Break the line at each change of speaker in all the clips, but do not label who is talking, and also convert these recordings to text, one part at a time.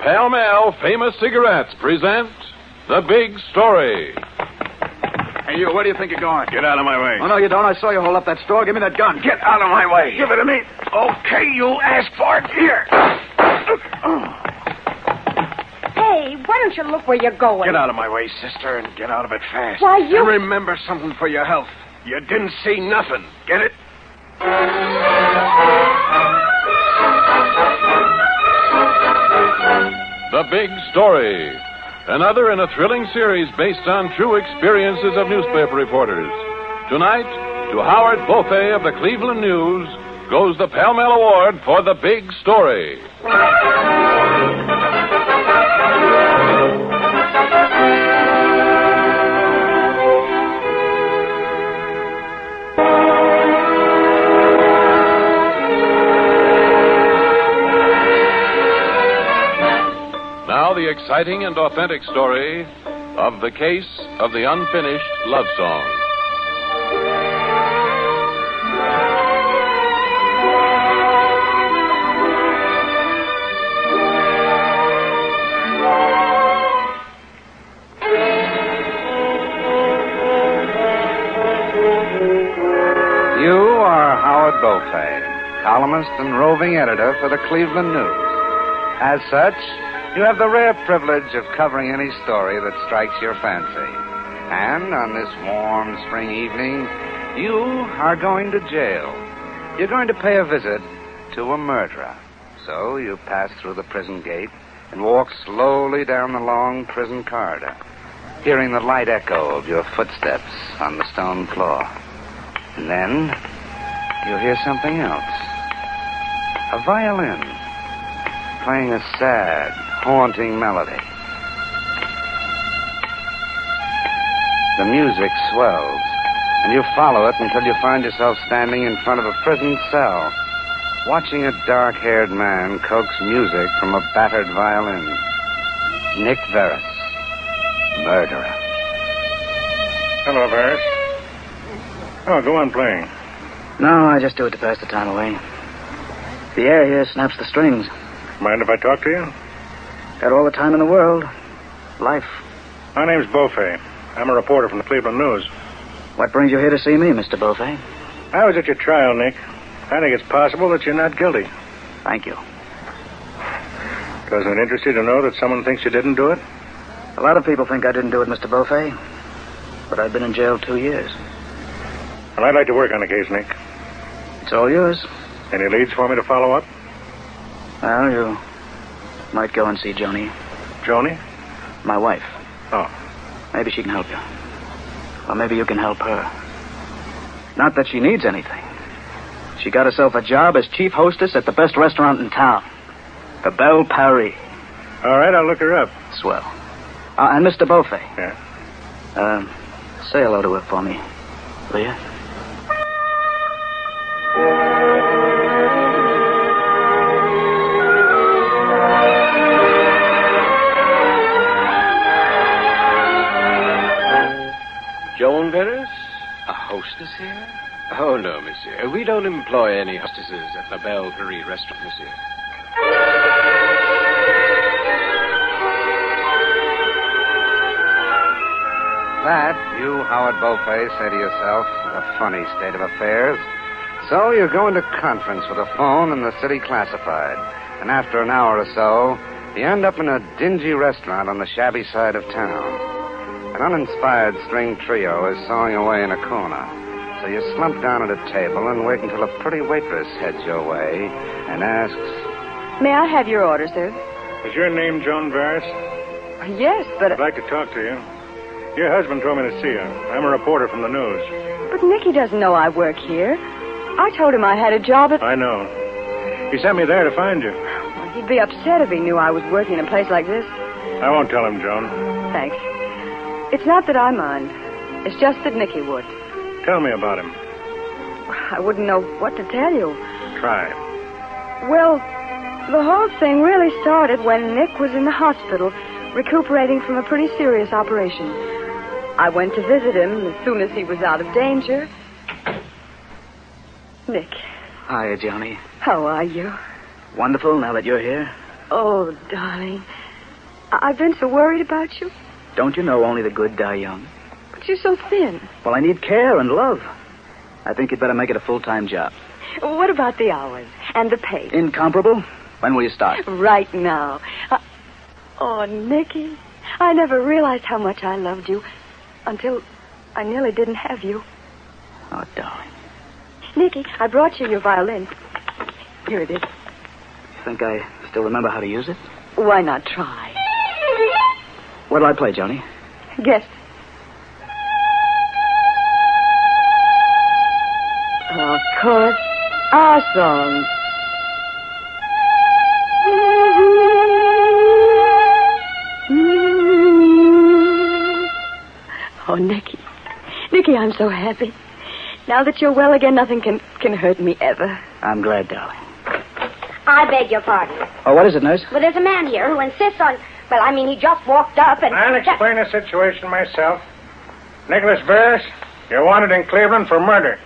Pall Mall Famous Cigarettes present The Big Story.
Hey, you, where do you think you're going?
Get out of my way.
Oh, no, you don't. I saw you hold up that store. Give me that gun. Get out of my way. Give it to me. Okay, you asked for it. Here.
Hey, why don't you look where you're going?
Get out of my way, sister, and get out of it fast.
Why, you-
And remember something for your health. You didn't see nothing. Get it?
The Big Story. Another in a thrilling series based on true experiences of newspaper reporters. Tonight, to Howard Beaufay of the Cleveland News goes the Pall Mall Award for The Big Story. Now, the exciting and authentic story of the case of the unfinished love song.
You are Howard Beaufay, columnist and roving editor for the Cleveland News. As such, you have the rare privilege of covering any story that strikes your fancy. And on this warm spring evening, you are going to jail. You're going to pay a visit to a murderer. So you pass through the prison gate and walk slowly down the long prison corridor, hearing the light echo of your footsteps on the stone floor. And then you hear something else a violin playing a sad, haunting melody. The music swells, and you follow it until you find yourself standing in front of a prison cell, watching a dark haired man coax music from a battered violin. Nick Veris, murderer.
Hello, Varys. Oh, go on playing.
No, I just do it to pass the time away. The air here snaps the strings.
Mind if I talk to you?
Got all the time in the world. Life.
My name's Beaufay. I'm a reporter from the Cleveland News.
What brings you here to see me, Mr. Beaufay?
I was at your trial, Nick. I think it's possible that you're not guilty.
Thank you.
Doesn't it interest you to know that someone thinks you didn't do it?
A lot of people think I didn't do it, Mr. Beaufay. But I've been in jail two years.
Well, I'd like to work on the case, Nick.
It's all yours.
Any leads for me to follow up?
Well, you might go and see Joni,
Joni?
my wife.
Oh.
Maybe she can help you. Or maybe you can help her. Not that she needs anything. She got herself a job as chief hostess at the best restaurant in town, the Belle Paris.
All right, I'll look her up.
Swell. Uh, and Mr. Beaufay.
Yeah.
Um, say hello to her for me, will you?
Joan Veris? A hostess here? Oh, no, monsieur. We don't employ any hostesses at La Belle Paris restaurant, monsieur.
That, you, Howard Beaufay, say to yourself, is a funny state of affairs. So you go into conference with a phone and the city classified. And after an hour or so, you end up in a dingy restaurant on the shabby side of town. An uninspired string trio is sawing away in a corner. So you slump down at a table and wait until a pretty waitress heads your way and asks,
May I have your order, sir?
Is your name Joan Varys?
Yes, but
I'd like to talk to you. Your husband told me to see you. I'm a reporter from the news.
but Nicky doesn't know I work here. I told him I had a job at.
I know. He sent me there to find you.
He'd be upset if he knew I was working in a place like this.
I won't tell him, Joan.
Thanks. It's not that I mind. It's just that Nicky would.
Tell me about him.
I wouldn't know what to tell you.
Try.
Well, the whole thing really started when Nick was in the hospital, recuperating from a pretty serious operation. I went to visit him as soon as he was out of danger. Nick,
Hiya, Johnny.
how are you?
Wonderful now that you're here.
Oh, darling. I- I've been so worried about you.
Don't you know only the good die young?
But you're so thin.
Well, I need care and love. I think you'd better make it a full time job.
What about the hours and the pay?
Incomparable? When will you start?
Right now. I- Oh, Nicky, I never realized how much I loved you until I nearly didn't have you.
Oh, darling.
Nicky, I brought you your violin. Here it is.
You think I still remember how to use it?
Why not try?
What'll I play, Johnny?
Guess. Of course, our song. Oh, Nicky. Nicky, I'm so happy. Now that you're well again, nothing can, can hurt me ever.
I'm glad, darling.
I beg your pardon.
Oh, what is it, nurse?
But there's a man here who insists on. Well, I mean, he just walked up and.
I'll explain the situation myself. Nicholas Burris, you're wanted in Cleveland for murder.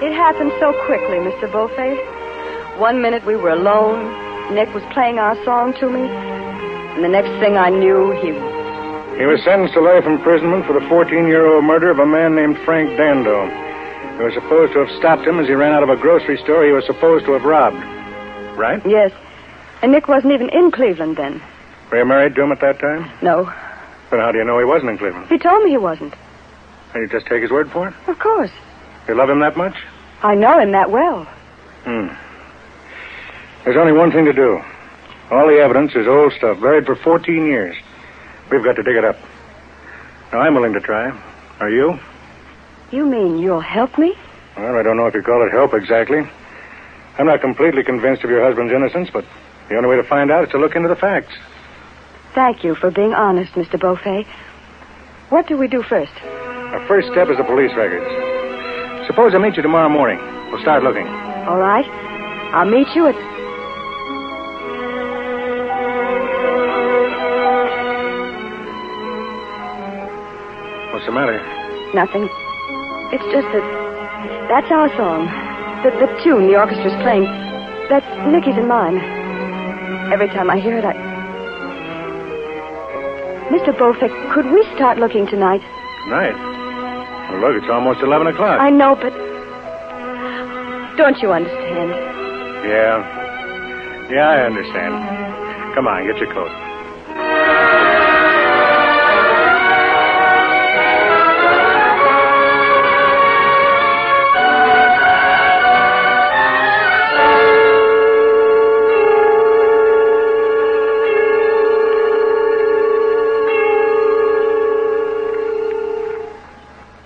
It happened so quickly, Mr. Beaufay. One minute we were alone. Nick was playing our song to me. And the next thing I knew, he.
He was sentenced to life imprisonment for the 14 year old murder of a man named Frank Dando. They were supposed to have stopped him as he ran out of a grocery store he was supposed to have robbed. Right?
Yes. And Nick wasn't even in Cleveland then.
Were you married to him at that time?
No.
Then how do you know he wasn't in Cleveland?
He told me he wasn't.
Can you just take his word for it?
Of course.
You love him that much?
I know him that well.
Hmm. There's only one thing to do. All the evidence is old stuff, buried for 14 years. We've got to dig it up. Now, I'm willing to try. Are you?
You mean you'll help me?
Well, I don't know if you call it help exactly. I'm not completely convinced of your husband's innocence, but the only way to find out is to look into the facts.
Thank you for being honest, Mr. Beaufay. What do we do first?
Our first step is the police records. Suppose I meet you tomorrow morning. We'll start looking.
All right. I'll meet you at.
What's the matter?
Nothing. It's just that. That's our song. The, the tune the orchestra's playing. That's Nicky's and mine. Every time I hear it, I. Mr. Beaufay, could we start looking tonight?
Tonight. Well, look, it's almost 11 o'clock.
I know, but. Don't you understand?
Yeah. Yeah, I understand. Come on, get your coat.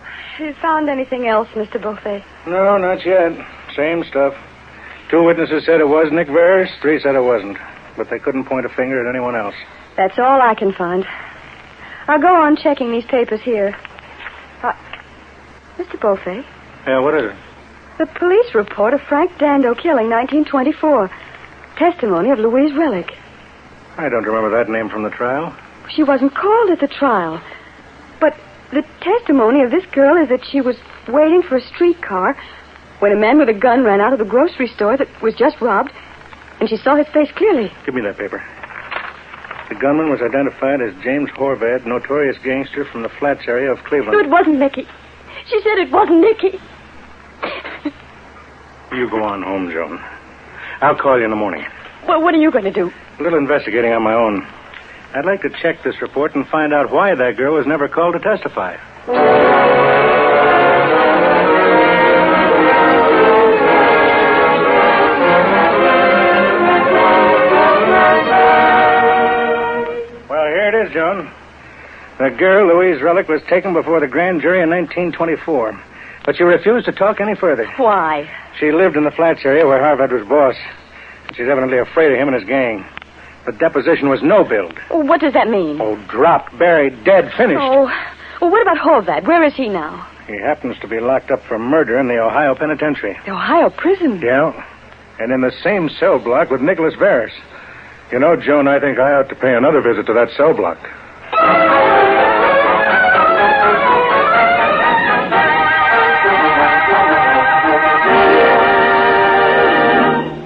Have you found anything else, Mr. Beaufay?
No, not yet. Same stuff. Two witnesses said it was Nick Veris, three said it wasn't. But they couldn't point a finger at anyone else.
That's all I can find. I'll go on checking these papers here. Uh, Mr. Beaufay,
Yeah, what is it?
the police report of Frank Dando killing 1924. Testimony of Louise Relic.
I don't remember that name from the trial.
She wasn't called at the trial. But the testimony of this girl is that she was waiting for a streetcar when a man with a gun ran out of the grocery store that was just robbed, and she saw his face clearly.
Give me that paper. The gunman was identified as James Horvat, notorious gangster from the Flats area of
No, it
Cleveland.
wasn't Nicky. She said it wasn't Nicky.
You go on home, Joan. I'll call you in the morning.
Well, what are you going to do?
A little investigating on my own. I'd like to check this report and find out why that girl was never called to testify. Well, here it is, Joan. The girl, Louise Relic, was taken before the grand jury in 1924. But she refused to talk any further.
Why?
She lived in the flats area where Harvard was boss. She's evidently afraid of him and his gang. The deposition was no build.
Oh, What does that mean?
Oh, dropped, buried, dead, finished.
Oh, well, what about Horvath? Where is he now?
He happens to be locked up for murder in the Ohio penitentiary.
The Ohio prison.
Yeah. And in the same cell block with Nicholas Varus. You know, Joan, I think I ought to pay another visit to that cell block.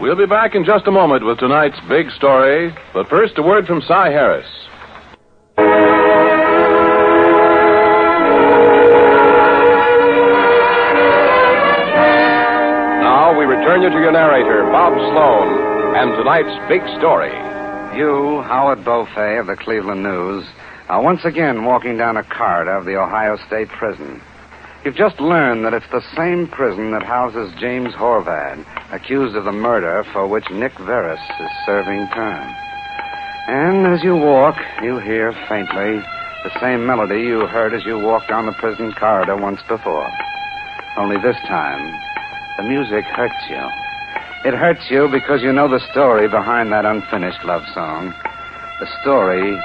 We'll be back in just a moment with tonight's big story, but first a word from Cy Harris.
Now we return you to your narrator, Bob Sloan, and tonight's big story.
You, Howard Beaufay of the Cleveland News, are once again walking down a corridor of the Ohio State Prison. You've just learned that it's the same prison that houses James Horvad, accused of the murder for which Nick Veris is serving time. And as you walk, you hear faintly the same melody you heard as you walked down the prison corridor once before. Only this time, the music hurts you. It hurts you because you know the story behind that unfinished love song. The story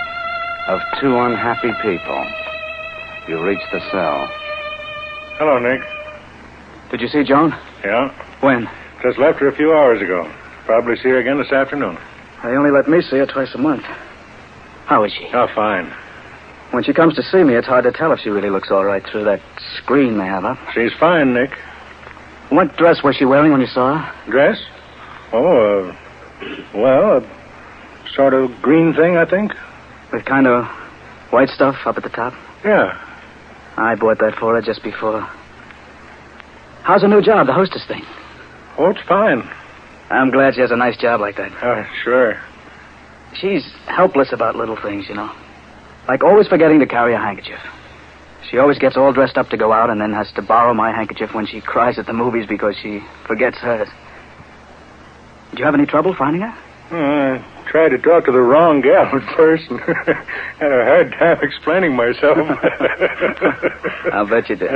of two unhappy people. You reach the cell.
Hello, Nick.
Did you see Joan?
Yeah?
When?
Just left her a few hours ago. Probably see her again this afternoon.
They only let me see her twice a month. How is she?
Oh, fine.
When she comes to see me, it's hard to tell if she really looks all right through that screen they have up.
She's fine, Nick.
What dress was she wearing when you saw her?
Dress? Oh, uh, well, a sort of green thing, I think.
The kind of white stuff up at the top.
Yeah.
I bought that for her just before. How's her new job, the hostess thing?
Oh, it's fine.
I'm glad she has a nice job like that.
Uh, sure.
She's helpless about little things, you know. Like always forgetting to carry a handkerchief. She always gets all dressed up to go out and then has to borrow my handkerchief when she cries at the movies because she forgets hers. Do you have any trouble finding her?
Uh, I tried to talk to the wrong gal at first and had a hard time explaining myself.
I'll bet you did.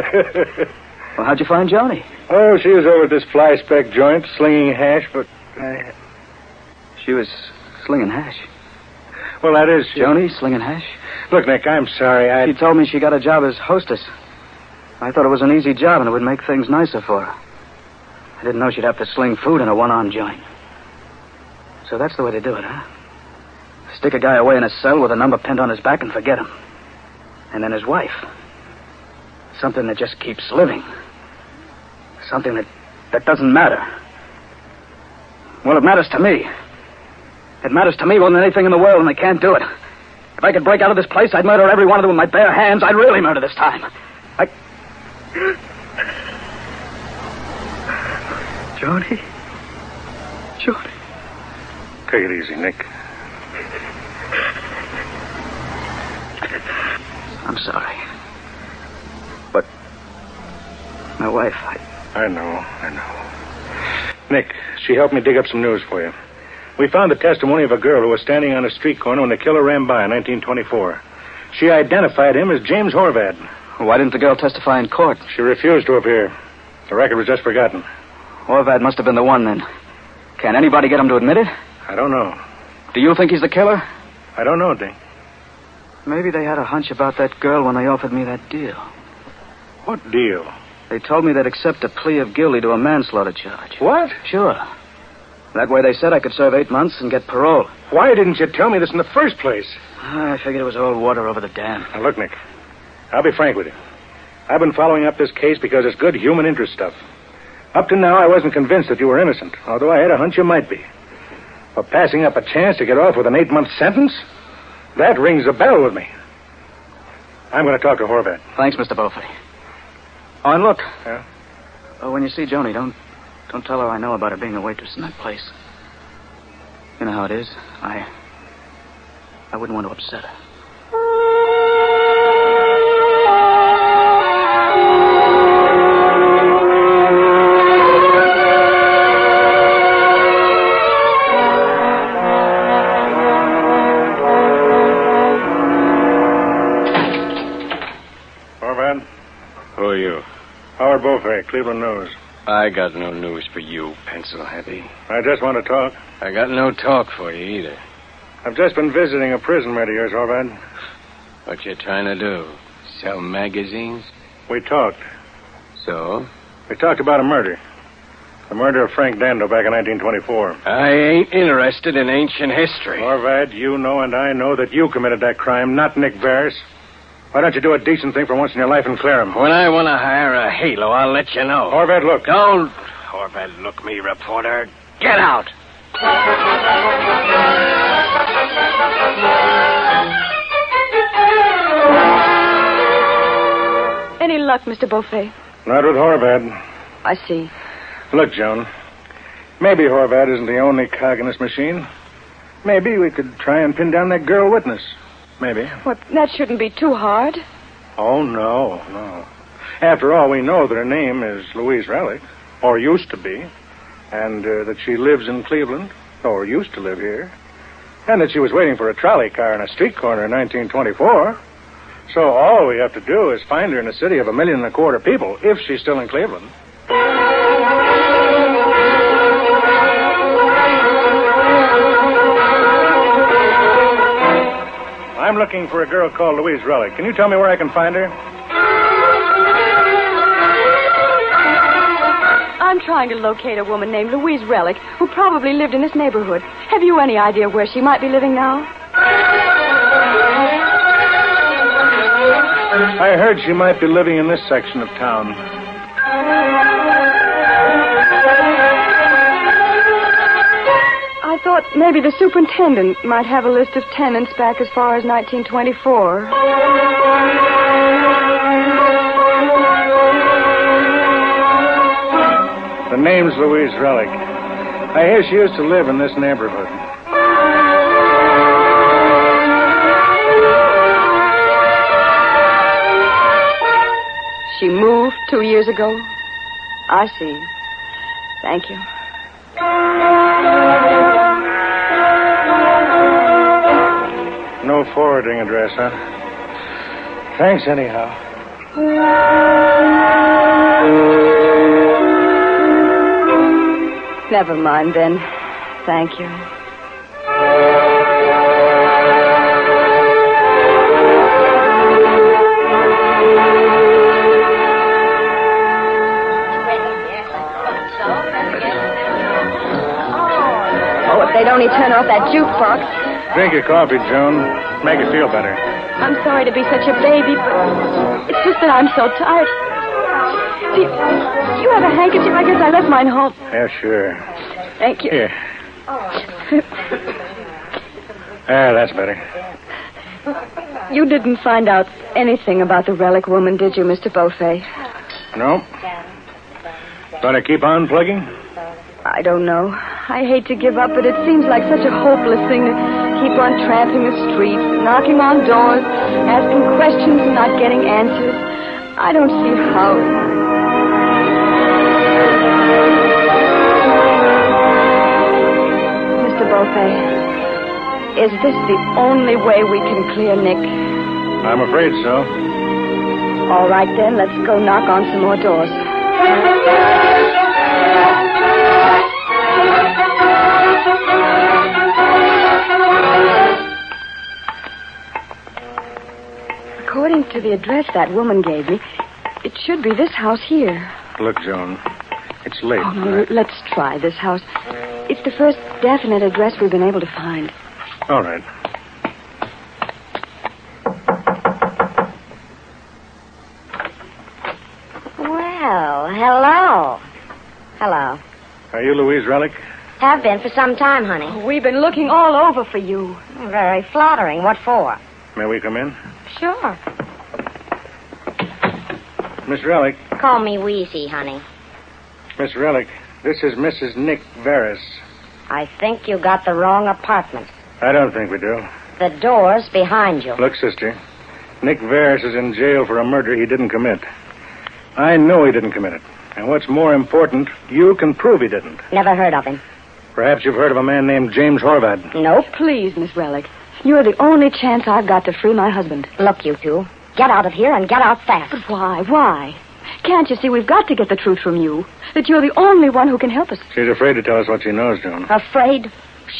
Well, how'd you find Johnny?
oh, she was over at this fly speck joint slinging hash, but. I...
She was slinging hash.
Well, that is. she-
Joni slinging hash?
Look, Nick, I'm sorry. I.
She told me she got a job as hostess. I thought it was an easy job and it would make things nicer for her. I didn't know she'd have to sling food in a one arm joint. So that's the way to do it, huh? Stick a guy away in a cell with a number pinned on his back and forget him. And then his wife. Something that just keeps living. Something that, that doesn't matter. Well, it matters to me. It matters to me more than anything in the world, and I can't do it. If I could break out of this place, I'd murder every one of them with my bare hands. I'd really murder this time. I. Johnny? Johnny?
Take it easy, Nick.
I'm sorry. But. My wife, I.
I know, I know. Nick, she helped me dig up some news for you. We found the testimony of a girl who was standing on a street corner when the killer ran by in 1924. She identified him as James Horvad.
Why didn't the girl testify in court?
She refused to appear. The record was just forgotten.
Orvad must have been the one then. Can anybody get him to admit it?
I don't know.
Do you think he's the killer?
I don't know, Dick.
Maybe they had a hunch about that girl when they offered me that deal.
What deal?
They told me they'd accept a plea of guilty to a manslaughter charge.
What?
Sure. That way they said I could serve eight months and get parole.
Why didn't you tell me this in the first place?
I figured it was all water over the dam.
Now, look, Nick. I'll be frank with you. I've been following up this case because it's good human interest stuff. Up to now, I wasn't convinced that you were innocent, although I had a hunch you might be. But passing up a chance to get off with an eight month sentence? That rings a bell with me. I'm going to talk to Horvat.
Thanks, Mr. Beaufort. Oh, and look.
Yeah?
Oh, when you see Joni, don't don't tell her I know about her being a waitress in that place. You know how it is. I I wouldn't want to upset her.
Horvat,
Who are you?
Howard Beaufay, Cleveland News.
I got no news for you, Pencil Heavy.
I just want to talk.
I got no talk for you either.
I've just been visiting a prison mate of yours, Horvat.
What you trying to do? Sell magazines?
We talked.
So?
We talked about a murder. The murder of Frank Dando back in 1924.
I ain't interested in ancient history.
Orvad, you know and I know that you committed that crime, not Nick Veris. Why don't you do a decent thing for once in your life and clear him?
When I want to hire a halo, I'll let you know.
Orvad, look.
Don't, Horvat, look me, reporter.
Get out.
Any luck, Mr. Beaufay?
Not with Horvat.
I see.
Look, Joan. Maybe Horvat isn't the only cog in this machine. Maybe we could try and pin down that girl witness. Maybe.
Well, that shouldn't be too hard.
Oh, no, no. After all, we know that her name is Louise Relic, or used to be, and uh, that she lives in Cleveland, or used to live here, and that she was waiting for a trolley car in a street corner in 1924. So all we have to do is find her in a city of a million and a quarter people, if she's still in Cleveland. I'm looking for a girl called Louise Relic. Can you tell me where I can find her?
I'm trying to locate a woman named Louise Relic who probably lived in this neighborhood. Have you any idea where she might be living now?
I heard she might be living in this section of town.
I thought maybe the superintendent might have a list of tenants back as far as 1924.
The name's Louise Relic. I hear she used to live in this neighborhood.
She moved two years ago. I see. Thank you.
No forwarding address, huh? Thanks, anyhow.
Never mind then. Thank you. Oh, if they'd only turn off that jukebox.
Drink your coffee, Joan. Make you feel better.
I'm sorry to be such a baby, but it's just that I'm so tired. Do you, do you have a handkerchief? I guess I left mine home.
Yeah, sure.
Thank you.
Here. Ah, that's better.
You didn't find out anything about the relic woman, did you, Mr. Beaufay?
No? Gonna keep on plugging?
I don't know. I hate to give up, but it seems like such a hopeless thing to keep on tramping the streets, knocking on doors, asking questions and not getting answers. I don't see how. Mr. Beaufay, is this the only way we can clear Nick?
I'm afraid so.
All right, then, let's go knock on some more doors. According to the address that woman gave me, it should be this house here.
Look, Joan, it's late.
Oh, no, let's try this house. It's the first definite address we've been able to find.
All right.
Well, hello. Hello.
Are you Louise Relic?
Have been for some time, honey.
We've been looking all over for you.
Very flattering. What for?
May we come in?
Sure.
Miss Relic,
Call me Wheezy, honey.
Miss Relic, this is Mrs. Nick Varus.
I think you got the wrong apartment.
I don't think we do.
The door's behind you.
Look, sister, Nick Varus is in jail for a murder he didn't commit. I know he didn't commit it. And what's more important, you can prove he didn't.
Never heard of him.
Perhaps you've heard of a man named James Horvat.
Nope.
Please, Miss Relic, you're the only chance I've got to free my husband.
Look, you two. Get out of here and get out fast.
But why? Why? Can't you see we've got to get the truth from you? That you're the only one who can help us.
She's afraid to tell us what she knows, Joan.
Afraid?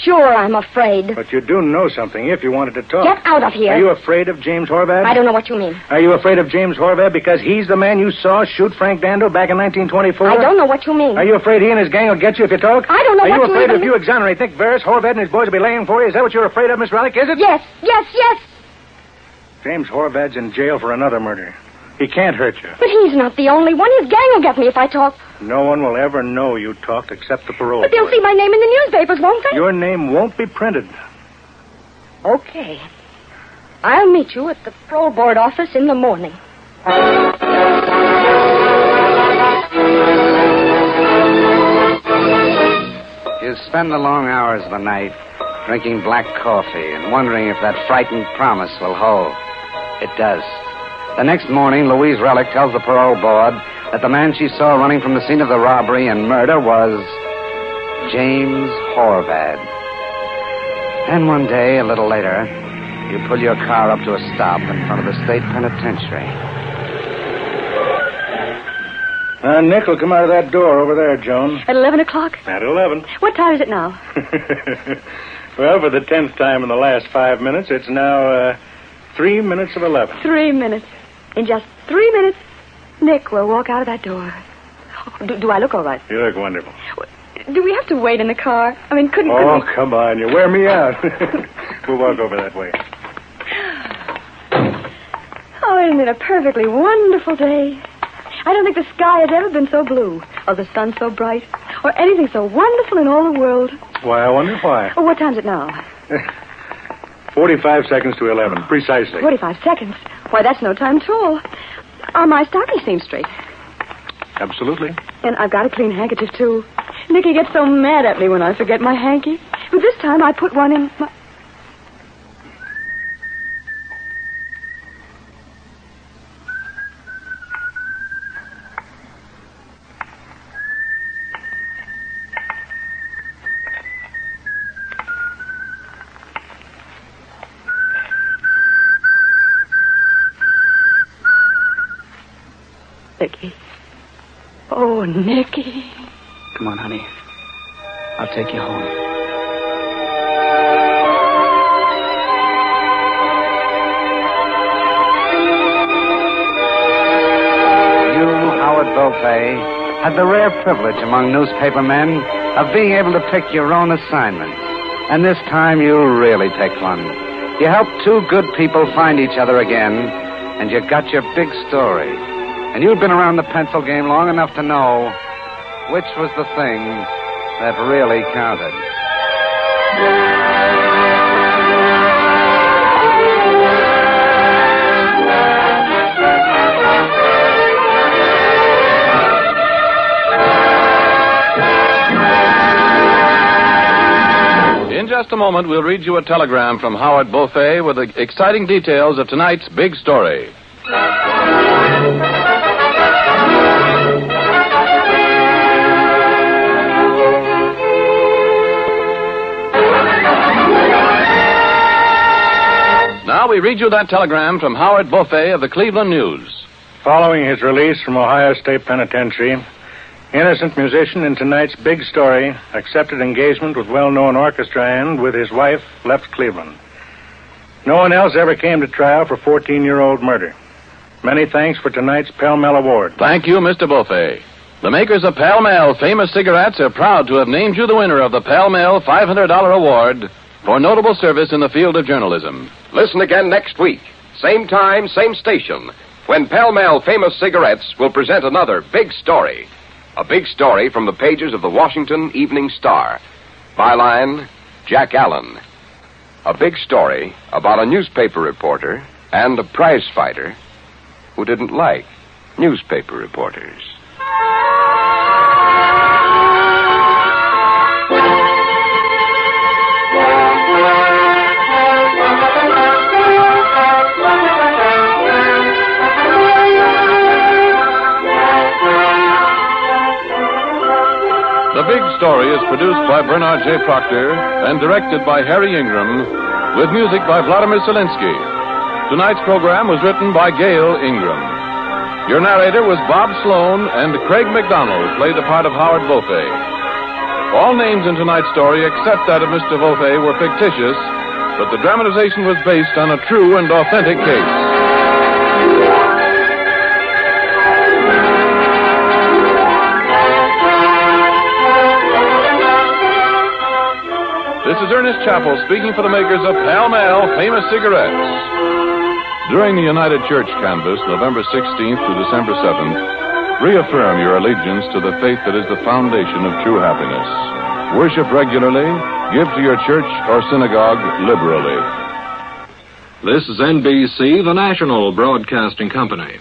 Sure, I'm afraid.
But you do know something if you wanted to talk.
Get out of here.
Are you afraid of James Horvat?
I don't know what you mean.
Are you afraid of James Horvat because he's the man you saw shoot Frank Dando back in 1924?
I don't know what you mean.
Are you afraid he and his gang will get you if you talk?
I don't know
Are
what
you
you
afraid
even
if you exonerate Nick Varus, Horvat and his boys will be laying for you? Is that what you're afraid of, Miss Relic? Is it?
Yes, yes, yes.
James Horvat's in jail for another murder. He can't hurt you.
But he's not the only one. His gang will get me if I talk.
No one will ever know you talked except the parole.
But they'll
board.
see my name in the newspapers, won't they?
Your name won't be printed.
Okay. I'll meet you at the parole board office in the morning.
You spend the long hours of the night drinking black coffee and wondering if that frightened promise will hold. It does. The next morning, Louise Relic tells the parole board that the man she saw running from the scene of the robbery and murder was James Horvad. And one day, a little later, you pull your car up to a stop in front of the state penitentiary.
Uh, Nick will come out of that door over there, Joan.
At 11 o'clock?
At 11.
What time is it now?
well, for the tenth time in the last five minutes, it's now uh, three minutes of 11.
Three minutes. In just three minutes, Nick will walk out of that door. Oh, Do, do I look all right?
You look wonderful.
Do we have to wait in the car? I mean, couldn't,
Oh,
couldn't
come on. You wear me out. we'll walk over that way.
Oh, isn't it a perfectly wonderful day? I don't think the sky has ever been so blue, or the sun so bright, or anything so wonderful in all the world.
Why, I wonder why.
Oh, what time's it now?
45 seconds to 11, precisely.
45 seconds. Why, that's no time at all. Are my stockings seam straight?
Absolutely.
And I've got a clean handkerchief, too. Nicky gets so mad at me when I forget my hanky. But this time I put one in my... Nicky. Oh, Nicky.
Come on, honey. I'll take you home.
You, Howard Beaufay, had the rare privilege among newspaper men of being able to pick your own assignments. And this time you'll really take one. You helped two good people find each other again, and you got your big story. And you'd been around the pencil game long enough to know which was the thing that really counted.
In just a moment, we'll read you a telegram from Howard Beaufay with the exciting details of tonight's big story. Now we read you that telegram from Howard Beaufay of the Cleveland News.
Following his release from Ohio State Penitentiary, innocent musician in tonight's big story accepted engagement with well known orchestra and, with his wife, left Cleveland. No one else ever came to trial for 14 year old murder. Many thanks for tonight's Pell Mell Award.
Thank you, Mr. Beaufay. The makers of Pall Mall famous cigarettes are proud to have named you the winner of the Pall Mall $500 award for notable service in the field of journalism.
Listen again next week, same time, same station, when Pall Mall Famous Cigarettes will present another big story. A big story from the pages of the Washington Evening Star. Byline Jack Allen. A big story about a newspaper reporter and a prize fighter who didn't like newspaper reporters.
The Big Story is produced by Bernard J. Proctor and directed by Harry Ingram, with music by Vladimir Selinsky. Tonight's program was written by Gail Ingram. Your narrator was Bob Sloan, and Craig McDonald played the part of Howard Beaufay. All names in tonight's story, except that of Mr. Beaufay, were fictitious, but the dramatization was based on a true and authentic case. This is Ernest Chappell speaking for the makers of Pall Mall Famous Cigarettes. During the United Church canvass, November 16th to December 7th, Reaffirm your allegiance to the faith that is the foundation of true happiness. Worship regularly, give to your church or synagogue liberally.
This is NBC, the national broadcasting company.